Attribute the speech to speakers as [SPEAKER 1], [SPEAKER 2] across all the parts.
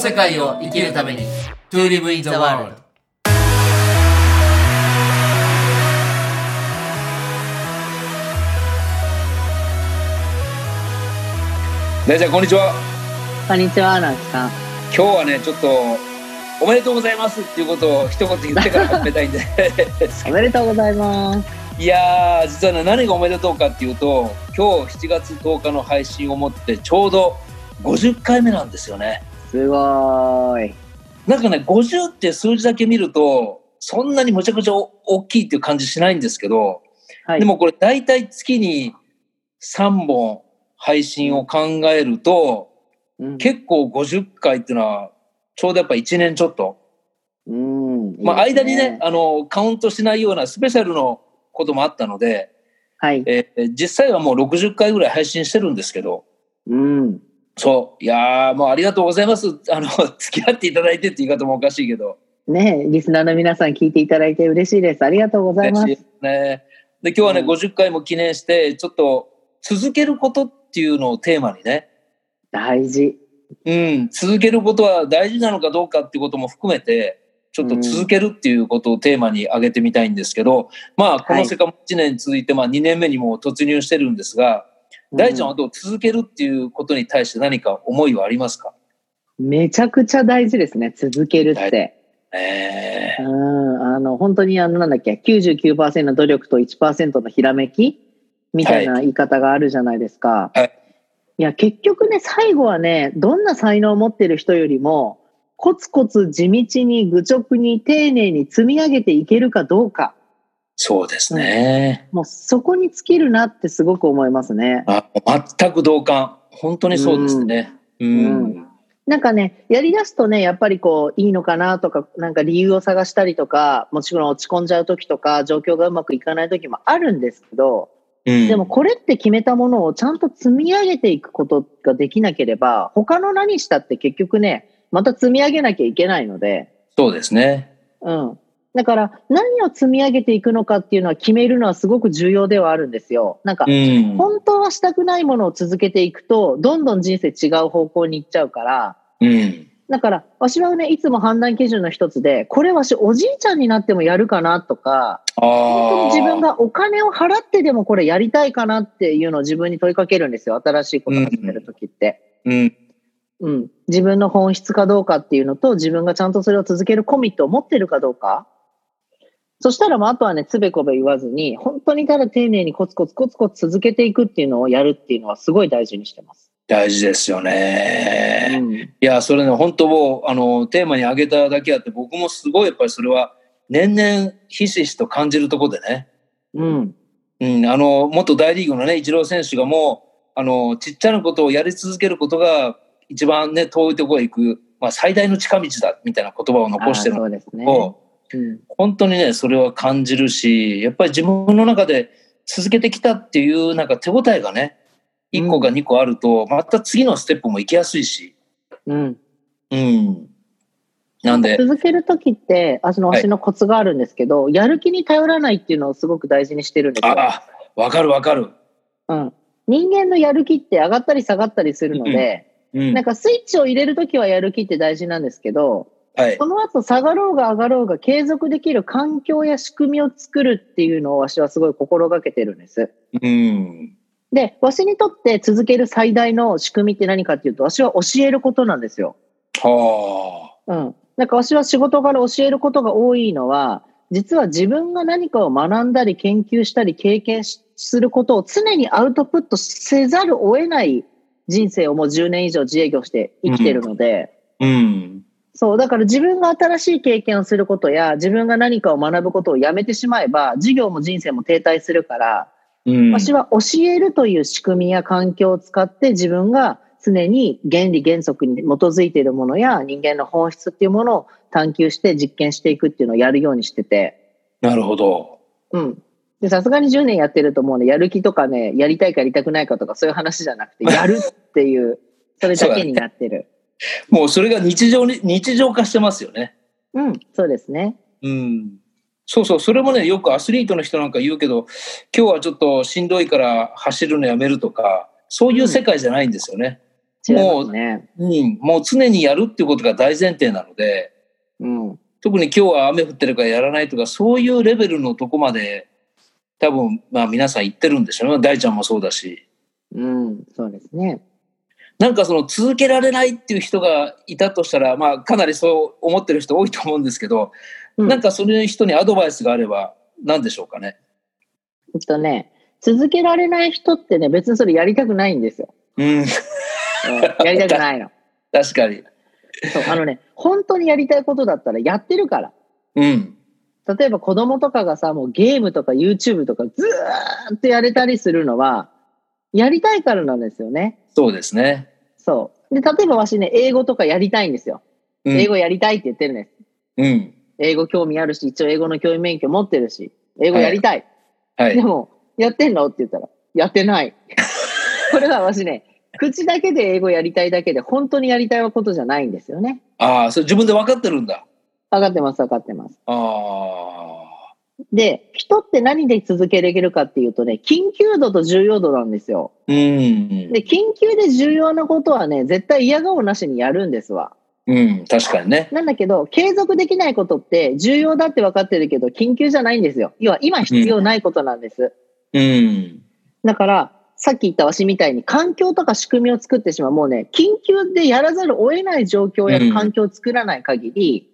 [SPEAKER 1] 世界を生きるために To live in the world
[SPEAKER 2] 大ちゃんこんにちは
[SPEAKER 3] こんにちは、なんちさん。
[SPEAKER 2] 今日はねちょっとおめでとうございますっていうことを一言言ってから始めたいんで
[SPEAKER 3] おめでとうございます。
[SPEAKER 2] いやー実はね何がおめでとうかっていうと今日7月10日の配信をもってちょうど50回目なんですよね
[SPEAKER 3] すごーい。
[SPEAKER 2] なんかね50って数字だけ見るとそんなにむちゃくちゃお大きいっていう感じしないんですけど、
[SPEAKER 3] はい。
[SPEAKER 2] でもこれ大体月に3本配信を考えると
[SPEAKER 3] うん、
[SPEAKER 2] 結構50回っていうのはちょうどやっぱ1年ちょっと
[SPEAKER 3] うん。
[SPEAKER 2] まあ、
[SPEAKER 3] いいで
[SPEAKER 2] 間
[SPEAKER 3] す
[SPEAKER 2] にね、。あの、カウントしないようなスペシャルのこともあったので、
[SPEAKER 3] はい。
[SPEAKER 2] えー実際はもう60回ぐらい配信してるんですけど、
[SPEAKER 3] うん。
[SPEAKER 2] そう、いやー、もうありがとうございます。あの、 付き合っていただいてって言い方もおかしいけど、
[SPEAKER 3] ねえリスナーの皆さん聞いていただいて嬉しいです。ありがとうございま
[SPEAKER 2] 嬉
[SPEAKER 3] す。
[SPEAKER 2] しいですね。で、今日はね、
[SPEAKER 3] うん
[SPEAKER 2] 50回も記念して、ちょっと続けることっていうのをテーマにね、
[SPEAKER 3] 大事。
[SPEAKER 2] うん、続けることは大事なのかどうかってことも含めて、ちょっと続けるっていうことをテーマに挙げてみたいんですけど、まあ、この世界も1年続いて、まあ2年目にもう突入してるんですが、大ちゃんはどう続けるっていうことに対して何か思いはありますか
[SPEAKER 3] うんめちゃくちゃ大事ですね。続けるって。
[SPEAKER 2] ええ
[SPEAKER 3] うん。あの、本当にあの、なんだっけ、99%の努力と1%のひらめきみたいな言い方があるじゃないですか。
[SPEAKER 2] はい。
[SPEAKER 3] いや、結局ね、最後はね、どんな才能を持ってる人よりも、コツコツ地道に愚直に丁寧に積み上げていけるかどうか、
[SPEAKER 2] そうですね。
[SPEAKER 3] もうそこに尽きるなってすごく思いますね。
[SPEAKER 2] あ全く同感。本当にそうですね。うん。
[SPEAKER 3] うんなんかね、やり出すとね、やっぱりこう、いいのかなとか、なんか理由を探したりとか、もちろん落ち込んじゃう時とか、状況がうまくいかない時もあるんですけど、
[SPEAKER 2] うん
[SPEAKER 3] でもこれって決めたものをちゃんと積み上げていくことができなければ、他の何したって結局ね、また積み上げなきゃいけないので、
[SPEAKER 2] そうですね。
[SPEAKER 3] うん。だから、何を積み上げていくのかっていうのは決めるのはすごく重要ではあるんですよ。なんか
[SPEAKER 2] う、ん。
[SPEAKER 3] 本当はしたくないものを続けていくと、どんどん人生違う方向に行っちゃうから、
[SPEAKER 2] うん。
[SPEAKER 3] だから、わしはね、いつも判断基準の一つで、これわしおじいちゃんになってもやるかなとか、
[SPEAKER 2] あ
[SPEAKER 3] 本当に
[SPEAKER 2] あ。
[SPEAKER 3] 自分がお金を払ってでもこれやりたいかなっていうのを自分に問いかけるんですよ。新しいことを始めるときって。
[SPEAKER 2] うん。
[SPEAKER 3] うん。自分の本質かどうかっていうのと、自分がちゃんとそれを続けるコミットを持ってるかどうか。そしたらもうあとはね、つべこべ言わずに、本当にただ丁寧にコツコツコツコツ続けていくっていうのをやるっていうのはすごい大事にしてます。
[SPEAKER 2] 大事ですよね。
[SPEAKER 3] うん
[SPEAKER 2] いや、それね、本当もう、あの、テーマに挙げただけあって、僕もすごい、やっぱりそれは、年々、ひしひしと感じるところでね。
[SPEAKER 3] うん。
[SPEAKER 2] うん、あの、元大リーグのね、イチロー選手がもう、あの、ちっちゃなことをやり続けることが、一番ね、遠いところへ行く、まあ、最大の近道だ、みたいな言葉を
[SPEAKER 3] あ
[SPEAKER 2] 残
[SPEAKER 3] あ
[SPEAKER 2] してる
[SPEAKER 3] そ
[SPEAKER 2] の
[SPEAKER 3] うですね。
[SPEAKER 2] を、
[SPEAKER 3] うん
[SPEAKER 2] 本当にね、それは感じるし、やっぱり自分の中で続けてきたっていう、なんか手応えがね、1個か2個あると、また次のステップも行きやすいし、
[SPEAKER 3] うん。
[SPEAKER 2] うん。なんで、
[SPEAKER 3] 続けるときって、あその
[SPEAKER 2] はい
[SPEAKER 3] 私のコツがあるんですけど、やる気に頼らないっていうのをすごく大事にしてるんですよ。
[SPEAKER 2] ああ、わかるわかる。
[SPEAKER 3] うん。人間のやる気って上がったり下がったりするので、
[SPEAKER 2] うん
[SPEAKER 3] なんかスイッチを入れるときはやる気って大事なんですけど、
[SPEAKER 2] はい
[SPEAKER 3] そ。の後下がろうが上がろうが継続できる環境や仕組みを作るっていうのをわしはすごい心がけてるんです。
[SPEAKER 2] うん。
[SPEAKER 3] で、わしにとって続ける最大の仕組みって何かっていうと、わしは教えることなんですよ。
[SPEAKER 2] は
[SPEAKER 3] うん。なんかわしは仕事から教えることが多いのは、実は自分が何かを学んだり研究したり経験しすることを常にアウトプットせざるを得ない人生をもう10年以上自営業して生きてるので、
[SPEAKER 2] あ。うん。
[SPEAKER 3] そう、だから自分が新しい経験をすることや、自分が何かを学ぶことをやめてしまえば、事業も人生も停滞するから、
[SPEAKER 2] うん。
[SPEAKER 3] 私は教えるという仕組みや環境を使って自分が常に原理原則に基づいているものや人間の本質っていうものを探求して実験していくっていうのをやるようにしてて、
[SPEAKER 2] なるほど。
[SPEAKER 3] うん。で、さすがに10年やってるともうね、やる気とかね、やりたいかやりたくないかとかそういう話じゃな くて、やるっていう、それだけになってる。
[SPEAKER 2] もうそれが日常に、日常化してますよね。
[SPEAKER 3] うん、そうですね。
[SPEAKER 2] うん。そうそう、それもね、よくアスリートの人なんか言うけど、今日はちょっとしんどいから走るのやめるとか、そういう世界じゃないんですよね。
[SPEAKER 3] 違いますね。
[SPEAKER 2] うん、もう常にやるっていうことが大前提なので、
[SPEAKER 3] うん。
[SPEAKER 2] 特に今日は雨降ってるからやらないとか、そういうレベルのとこまで、多分、まあ皆さん行ってるんでしょうね。大ちゃんもそうだし。
[SPEAKER 3] うん。そうですね。
[SPEAKER 2] なんかその続けられないっていう人がいたとしたら、まあかなりそう思ってる人多いと思うんですけど、
[SPEAKER 3] うん
[SPEAKER 2] なんかそういう人にアドバイスがあれば何でしょうかね。
[SPEAKER 3] えっとね、続けられない人ってね、別にそれやりたくないんですよ。
[SPEAKER 2] うん、
[SPEAKER 3] うんやりたくないの。
[SPEAKER 2] 確かに。
[SPEAKER 3] そう、あのね、本当にやりたいことだったらやってるから。
[SPEAKER 2] うん。
[SPEAKER 3] 例えば子供とかがさ、もうゲームとか YouTube とかずーっとやれたりするのは、やりたいからなんですよね。
[SPEAKER 2] そうですね。
[SPEAKER 3] そう。で、例えばわしね、英語とかやりたいんですよ。
[SPEAKER 2] うん、
[SPEAKER 3] 英語やりたいって言ってるね。
[SPEAKER 2] うん。
[SPEAKER 3] 英語興味あるし、一応英語の教員免許持ってるし、英語やりたい。
[SPEAKER 2] は
[SPEAKER 3] で
[SPEAKER 2] い。
[SPEAKER 3] も、やってんのって言ったら、やって ない。これはわしね、口だけで英語やりたいだけで、本当にやりたいことじゃないんですよね。
[SPEAKER 2] ああ、それ自分で分かってるんだ。
[SPEAKER 3] 分かってます、分かってます。
[SPEAKER 2] ああ。
[SPEAKER 3] で、人って何で続けられるかっていうとね、緊急度と重要度なんですよ。
[SPEAKER 2] うん。
[SPEAKER 3] で、緊急で重要なことはね、絶対嫌顔なしにやるんですわ。
[SPEAKER 2] うん、確かにね。
[SPEAKER 3] なんだけど、継続できないことって重要だって分かってるけど、緊急じゃないんですよ。要は今必要ないことなんです。
[SPEAKER 2] うん。
[SPEAKER 3] だから、さっき言ったわしみたいに環境とか仕組みを作ってしまう。もうね、緊急でやらざるを得ない状況や
[SPEAKER 2] うん
[SPEAKER 3] 環境を作らない限り、い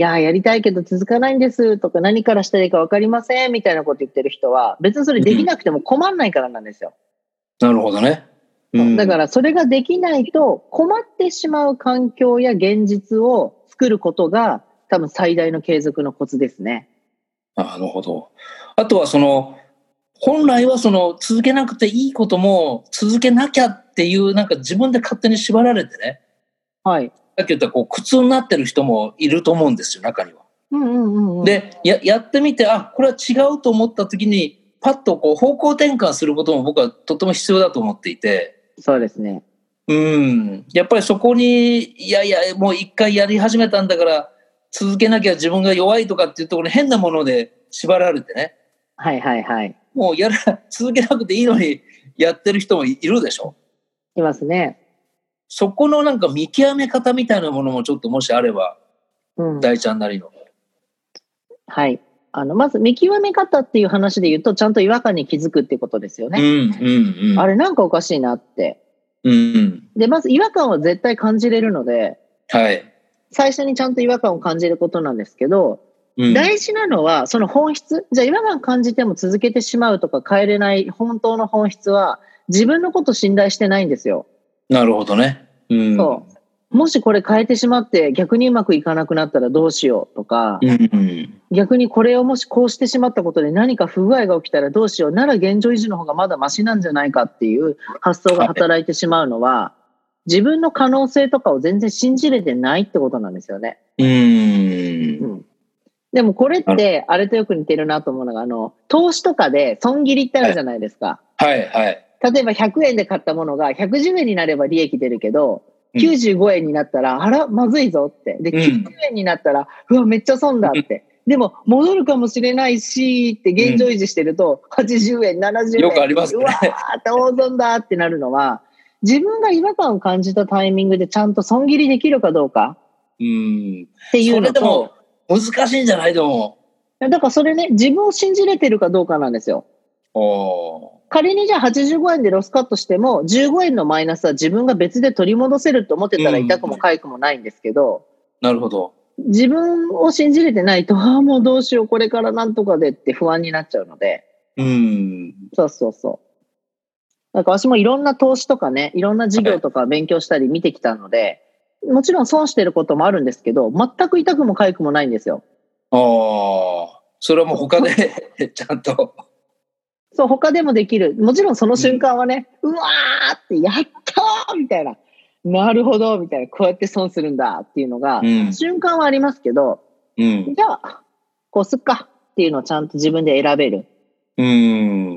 [SPEAKER 3] やー、やりたいけど続かないんですとか、何からしたらいいか分かりませんみたいなこと言ってる人は、別にそれできなくても困んないからなんですよ。
[SPEAKER 2] なるほどね。うん、
[SPEAKER 3] だからそれができないと困ってしまう環境や現実を作ることが多分最大の継続のコツですね。
[SPEAKER 2] なるほど。あとはその、本来はその続けなくていいことも続けなきゃっていうなんか自分で勝手に縛られてね、
[SPEAKER 3] はい。
[SPEAKER 2] さっき言ったこう苦痛になってる人もいると思うんですよ、中には。
[SPEAKER 3] うんうんうん、うん。、
[SPEAKER 2] で、ややってみて、あ、これは違うと思った時に、パッとこう方向転換することも僕はとても必要だと思っていて、
[SPEAKER 3] そうですね。
[SPEAKER 2] うん、やっぱりそこに、いやいや、もう一回やり始めたんだから、続けなきゃ自分が弱いとかっていうところに変なもので縛られてね、
[SPEAKER 3] はいはいはい。
[SPEAKER 2] もうやら、続けなくていいのにやってる人もいいるでしょ。
[SPEAKER 3] いますね。
[SPEAKER 2] そこのなんか見極め方みたいなものもちょっともしあれば、
[SPEAKER 3] うん。
[SPEAKER 2] 大ちゃんなりの。
[SPEAKER 3] はい。あの、まず見極め方っていう話で言うと、ちゃんと違和感に気づくってことですよ
[SPEAKER 2] うん、
[SPEAKER 3] ね。
[SPEAKER 2] うん、うん。
[SPEAKER 3] あれなんかおかしいなって。
[SPEAKER 2] うん、
[SPEAKER 3] で、まず違和感は絶対感じれるので、
[SPEAKER 2] はい。
[SPEAKER 3] 最初にちゃんと違和感を感じることなんですけど、
[SPEAKER 2] うん、
[SPEAKER 3] 大事なのは、その本質。じゃあ、違和感感じても続けてしまうとか変えれない本当の本質は、自分のこと信頼してないんですよ。
[SPEAKER 2] なるほどね。うん。
[SPEAKER 3] そう。もしこれ変えてしまって、逆にうまくいかなくなったらどうしようとか、
[SPEAKER 2] うん、うん。
[SPEAKER 3] 逆にこれをもしこうしてしまったことで何か不具合が起きたらどうしようなら現状維持の方がまだマシなんじゃないかっていう発想が働いてしまうのは、自分の可能性とかを全然信じれてないってことなんですよね。
[SPEAKER 2] うん。
[SPEAKER 3] でもこれって、あれとよく似てるなと思うのが、あの、投資とかで損切りってあるじゃないですか。
[SPEAKER 2] はい、はい。
[SPEAKER 3] 例えば100円で買ったものが110円になれば利益出るけど、
[SPEAKER 2] うん
[SPEAKER 3] 95円になったら、あら、まずいぞって。で、
[SPEAKER 2] うん
[SPEAKER 3] 90円になったら、うわ、めっちゃ損だって。でも、戻るかもしれないし、って現状維持してると、80円、70円。
[SPEAKER 2] よくあります
[SPEAKER 3] う
[SPEAKER 2] ね
[SPEAKER 3] わー、当損だってなるのは、自分が違和感を感じたタイミングでちゃんと損切りできるかどうか
[SPEAKER 2] うん。
[SPEAKER 3] っていう
[SPEAKER 2] そ
[SPEAKER 3] の
[SPEAKER 2] れで
[SPEAKER 3] と
[SPEAKER 2] も、、難しいんじゃないでも。
[SPEAKER 3] だからそれね、自分を信じれてるかどうかなんですよ。
[SPEAKER 2] お
[SPEAKER 3] 仮にじゃあ85円でロスカットしても、15円のマイナスは自分が別で取り戻せると思ってたら
[SPEAKER 2] うん
[SPEAKER 3] 痛くも痒くもないんですけど、
[SPEAKER 2] なるほど。
[SPEAKER 3] 自分を信じれてないと、ああ、もうどうしよう、これからなんとかでって不安になっちゃうので、
[SPEAKER 2] うん。
[SPEAKER 3] そうそうそう。なんか私もいろんな投資とかね、いろんな事業とか勉強したり見てきたので、もちろん損してることもあるんですけど、全く痛くも痒くもないんですよ。
[SPEAKER 2] ああ。それはもう他で ちゃんと。
[SPEAKER 3] そう、他でもできる。もちろんその瞬間はね、うわーって、やったーみたいな。なるほどみたいな。こうやって損するんだっていうのが、
[SPEAKER 2] うん
[SPEAKER 3] 瞬間はありますけど、
[SPEAKER 2] うん。
[SPEAKER 3] じゃあ、こうすっかっていうのをちゃんと自分で選べる。
[SPEAKER 2] うん
[SPEAKER 3] う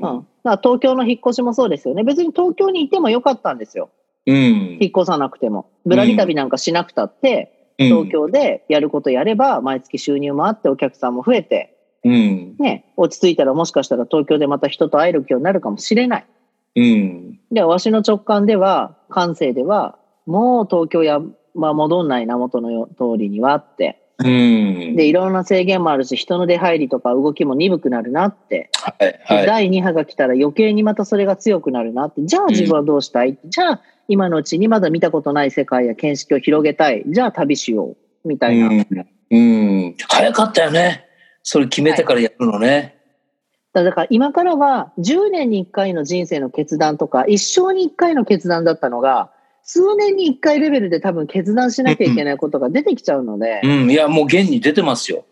[SPEAKER 3] ん。。だから東京の引っ越しもそうですよね。別に東京にいてもよかったんですよ。
[SPEAKER 2] うん。
[SPEAKER 3] 引っ越さなくても。ぶらり旅なんかしなくたって、
[SPEAKER 2] 東
[SPEAKER 3] 東。京でやることやれば、毎月収入もあってお客さんも増えて、
[SPEAKER 2] うん。
[SPEAKER 3] ね、落ち着いたらもしかしたら東京でまた人と会えるようになるかもしれない。
[SPEAKER 2] うん。
[SPEAKER 3] で、わしの直感では、感性では、もう東京や、まあ、戻んないな、元のよ通りにはって。
[SPEAKER 2] うん。
[SPEAKER 3] で、いろんな制限もあるし、人の出入りとか動きも鈍くなるなって。
[SPEAKER 2] はい、はい。
[SPEAKER 3] 第2波が来たら余計にまたそれが強くなるなって、じゃあ自分はどうしたい、じゃあ今のうちにまだ見たことない世界や見識を広げたい。じゃあ旅しよう。みたいな。
[SPEAKER 2] うん、うん。早かったよね。それ決めてからやるのね。
[SPEAKER 3] だから今からは10年に1回の人生の決断とか、一生に1回の決断だったのが、数年に1回レベルで多分決断しなきゃいけないことが出てきちゃうので、
[SPEAKER 2] うん。いや、もう現に出てますよ。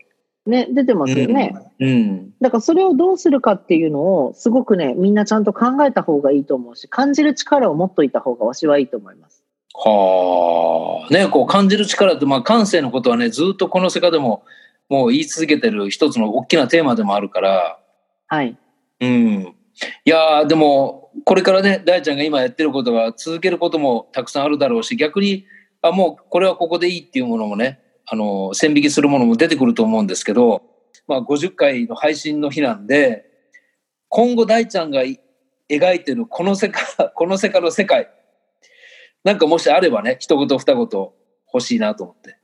[SPEAKER 3] ね、出てますよね。
[SPEAKER 2] うん。
[SPEAKER 3] だからそれをどうするかっていうのを、すごくね、みんなちゃんと考えた方がいいと思うし、感じる力を持っといた方が私はいいと思います。
[SPEAKER 2] はあ。ね、こう感じる力って、まあ感性のことはね、ずっとこの世界でも、もう言い続けてる一つの大きなテーマでもあるから、
[SPEAKER 3] はい。
[SPEAKER 2] うん。いやーでも、これからね、大ちゃんが今やってることが続けることもたくさんあるだろうし、逆に、あ、もうこれはここでいいっていうものもね、あの、線引きするものも出てくると思うんですけど、まあ、50回の配信の日なんで、今後大ちゃんがい描いてるこの世界、 この世界の世界、なんかもしあればね、一言二言欲しいなと思って。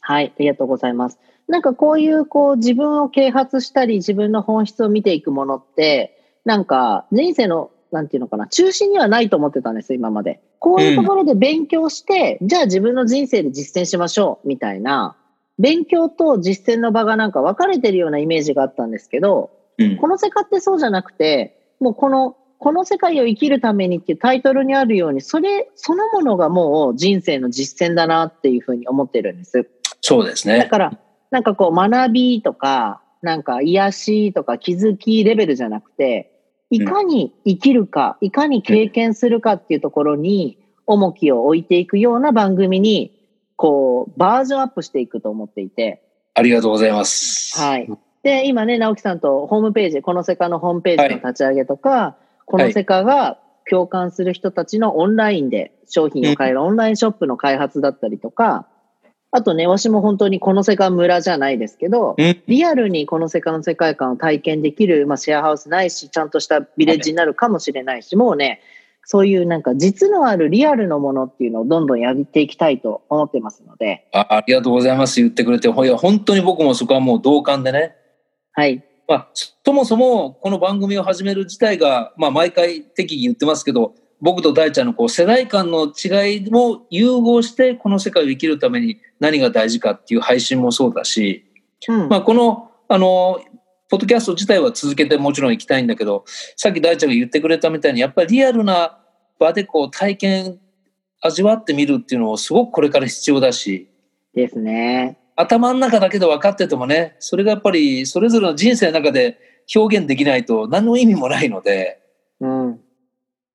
[SPEAKER 3] はい、ありがとうございます。なんかこういうこう自分を啓発したり自分の本質を見ていくものって、なんか人生のなんていうのかな、中心にはないと思ってたんですよ、今まで。こういうところで勉強して、じゃあ自分の人生で実践しましょう、みたいな。勉強と実践の場がなんか分かれてるようなイメージがあったんですけど、
[SPEAKER 2] うん
[SPEAKER 3] この世界ってそうじゃなくて、もうこの、この世界を生きるためにっていうタイトルにあるように、それそのものがもう人生の実践だなっていうふうに思ってるんです。
[SPEAKER 2] そうです
[SPEAKER 3] だ
[SPEAKER 2] ね。
[SPEAKER 3] から、なんかこう、学びとか、なんか癒しとか気づきレベルじゃなくて、いかに生きるか、いかに経験するかっていうところに重きを置いていくような番組に、こう、バージョンアップしていくと思っていて、
[SPEAKER 2] ありがとうございます。
[SPEAKER 3] はい。で、今ね、直樹さんとホームページ、この世界のホームページの立ち上げとか、この世界が共感する人たちのオンラインで商品を買えるオンラインショップの開発だったりとか、あとね、わしも本当にこの世界村じゃないですけど、
[SPEAKER 2] うん
[SPEAKER 3] リアルにこの世界の世界観を体験できる、まあ、シェアハウスないし、ちゃんとしたビレッジになるかもしれないし、もうね、そういうなんか実のあるリアルのものっていうのをどんどんやっていきたいと思ってますので、
[SPEAKER 2] あありがとうございます。言ってくれて、ほいや、本当に僕もそこはもう同感でね。
[SPEAKER 3] はい。
[SPEAKER 2] まあ、そそもそもこの番組を始める自体が、まあ、毎回適宜言ってますけど、僕と大ちゃんのこう世代間の違いも融合して、この世界を生きるために何が大事かっていう配信もそうだし、
[SPEAKER 3] うん
[SPEAKER 2] まあ、この、あの、ポッドキャスト自体は続けてもちろん行きたいんだけど、さっき大ちゃんが言ってくれたみたいに、やっぱりリアルな場でこう体験、味わってみるっていうのをすごくこれから必要だし、
[SPEAKER 3] ですね。
[SPEAKER 2] 頭の中だけで分かっててもね、それがやっぱりそれぞれの人生の中で表現できないと何の意味もないので、
[SPEAKER 3] うん。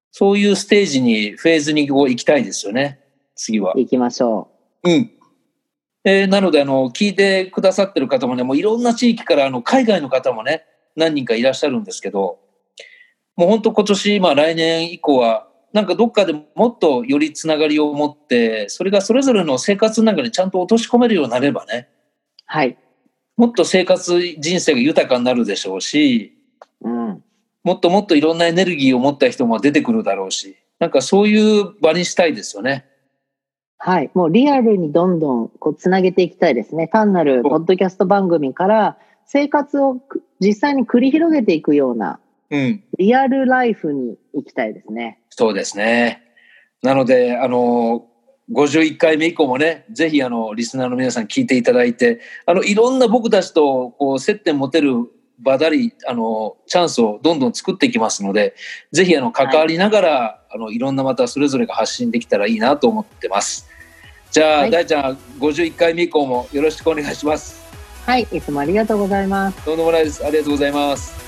[SPEAKER 2] そういうステージに、フェーズにこう行きたいですよね、次は。
[SPEAKER 3] 行きましょ
[SPEAKER 2] うん。えーなので、あの、聞いてくださってる方もね、もういろんな地域から、あの、海外の方もね、何人かいらっしゃるんですけど、もう本当今年、まあ来年以降は、なんかどっかでもっとよりつながりを持って、それがそれぞれの生活の中にちゃんと落とし込めるようになればね、
[SPEAKER 3] う。はい。
[SPEAKER 2] もっと生活人生が豊かになるでしょうし、
[SPEAKER 3] うん。
[SPEAKER 2] もっともっといろんなエネルギーを持った人も出てくるだろうし、なんかそういう場にしたいですよね。
[SPEAKER 3] はい。もうリアルにどんどんこうつなげていきたいですね。単なるポッドキャスト番組から生活をく実際に繰り広げていくような
[SPEAKER 2] うん。
[SPEAKER 3] リアルライフに行きたいですね。
[SPEAKER 2] そうですね。なので、あの、51回目以降もね、ぜひあの、リスナーの皆さん聞いていただいて、あの、いろんな僕たちとこう接点持てる場だり、あの、チャンスをどんどん作っていきますので、ぜひあの、関わりながら、い、あの、いろんなまたそれぞれが発信できたらいいなと思ってます。じゃあ、
[SPEAKER 3] はい
[SPEAKER 2] 大ちゃん、51回目以降もよろしくお願いします。
[SPEAKER 3] はい。いつもありがとうございます。
[SPEAKER 2] どうでもないです。ありがとうございます。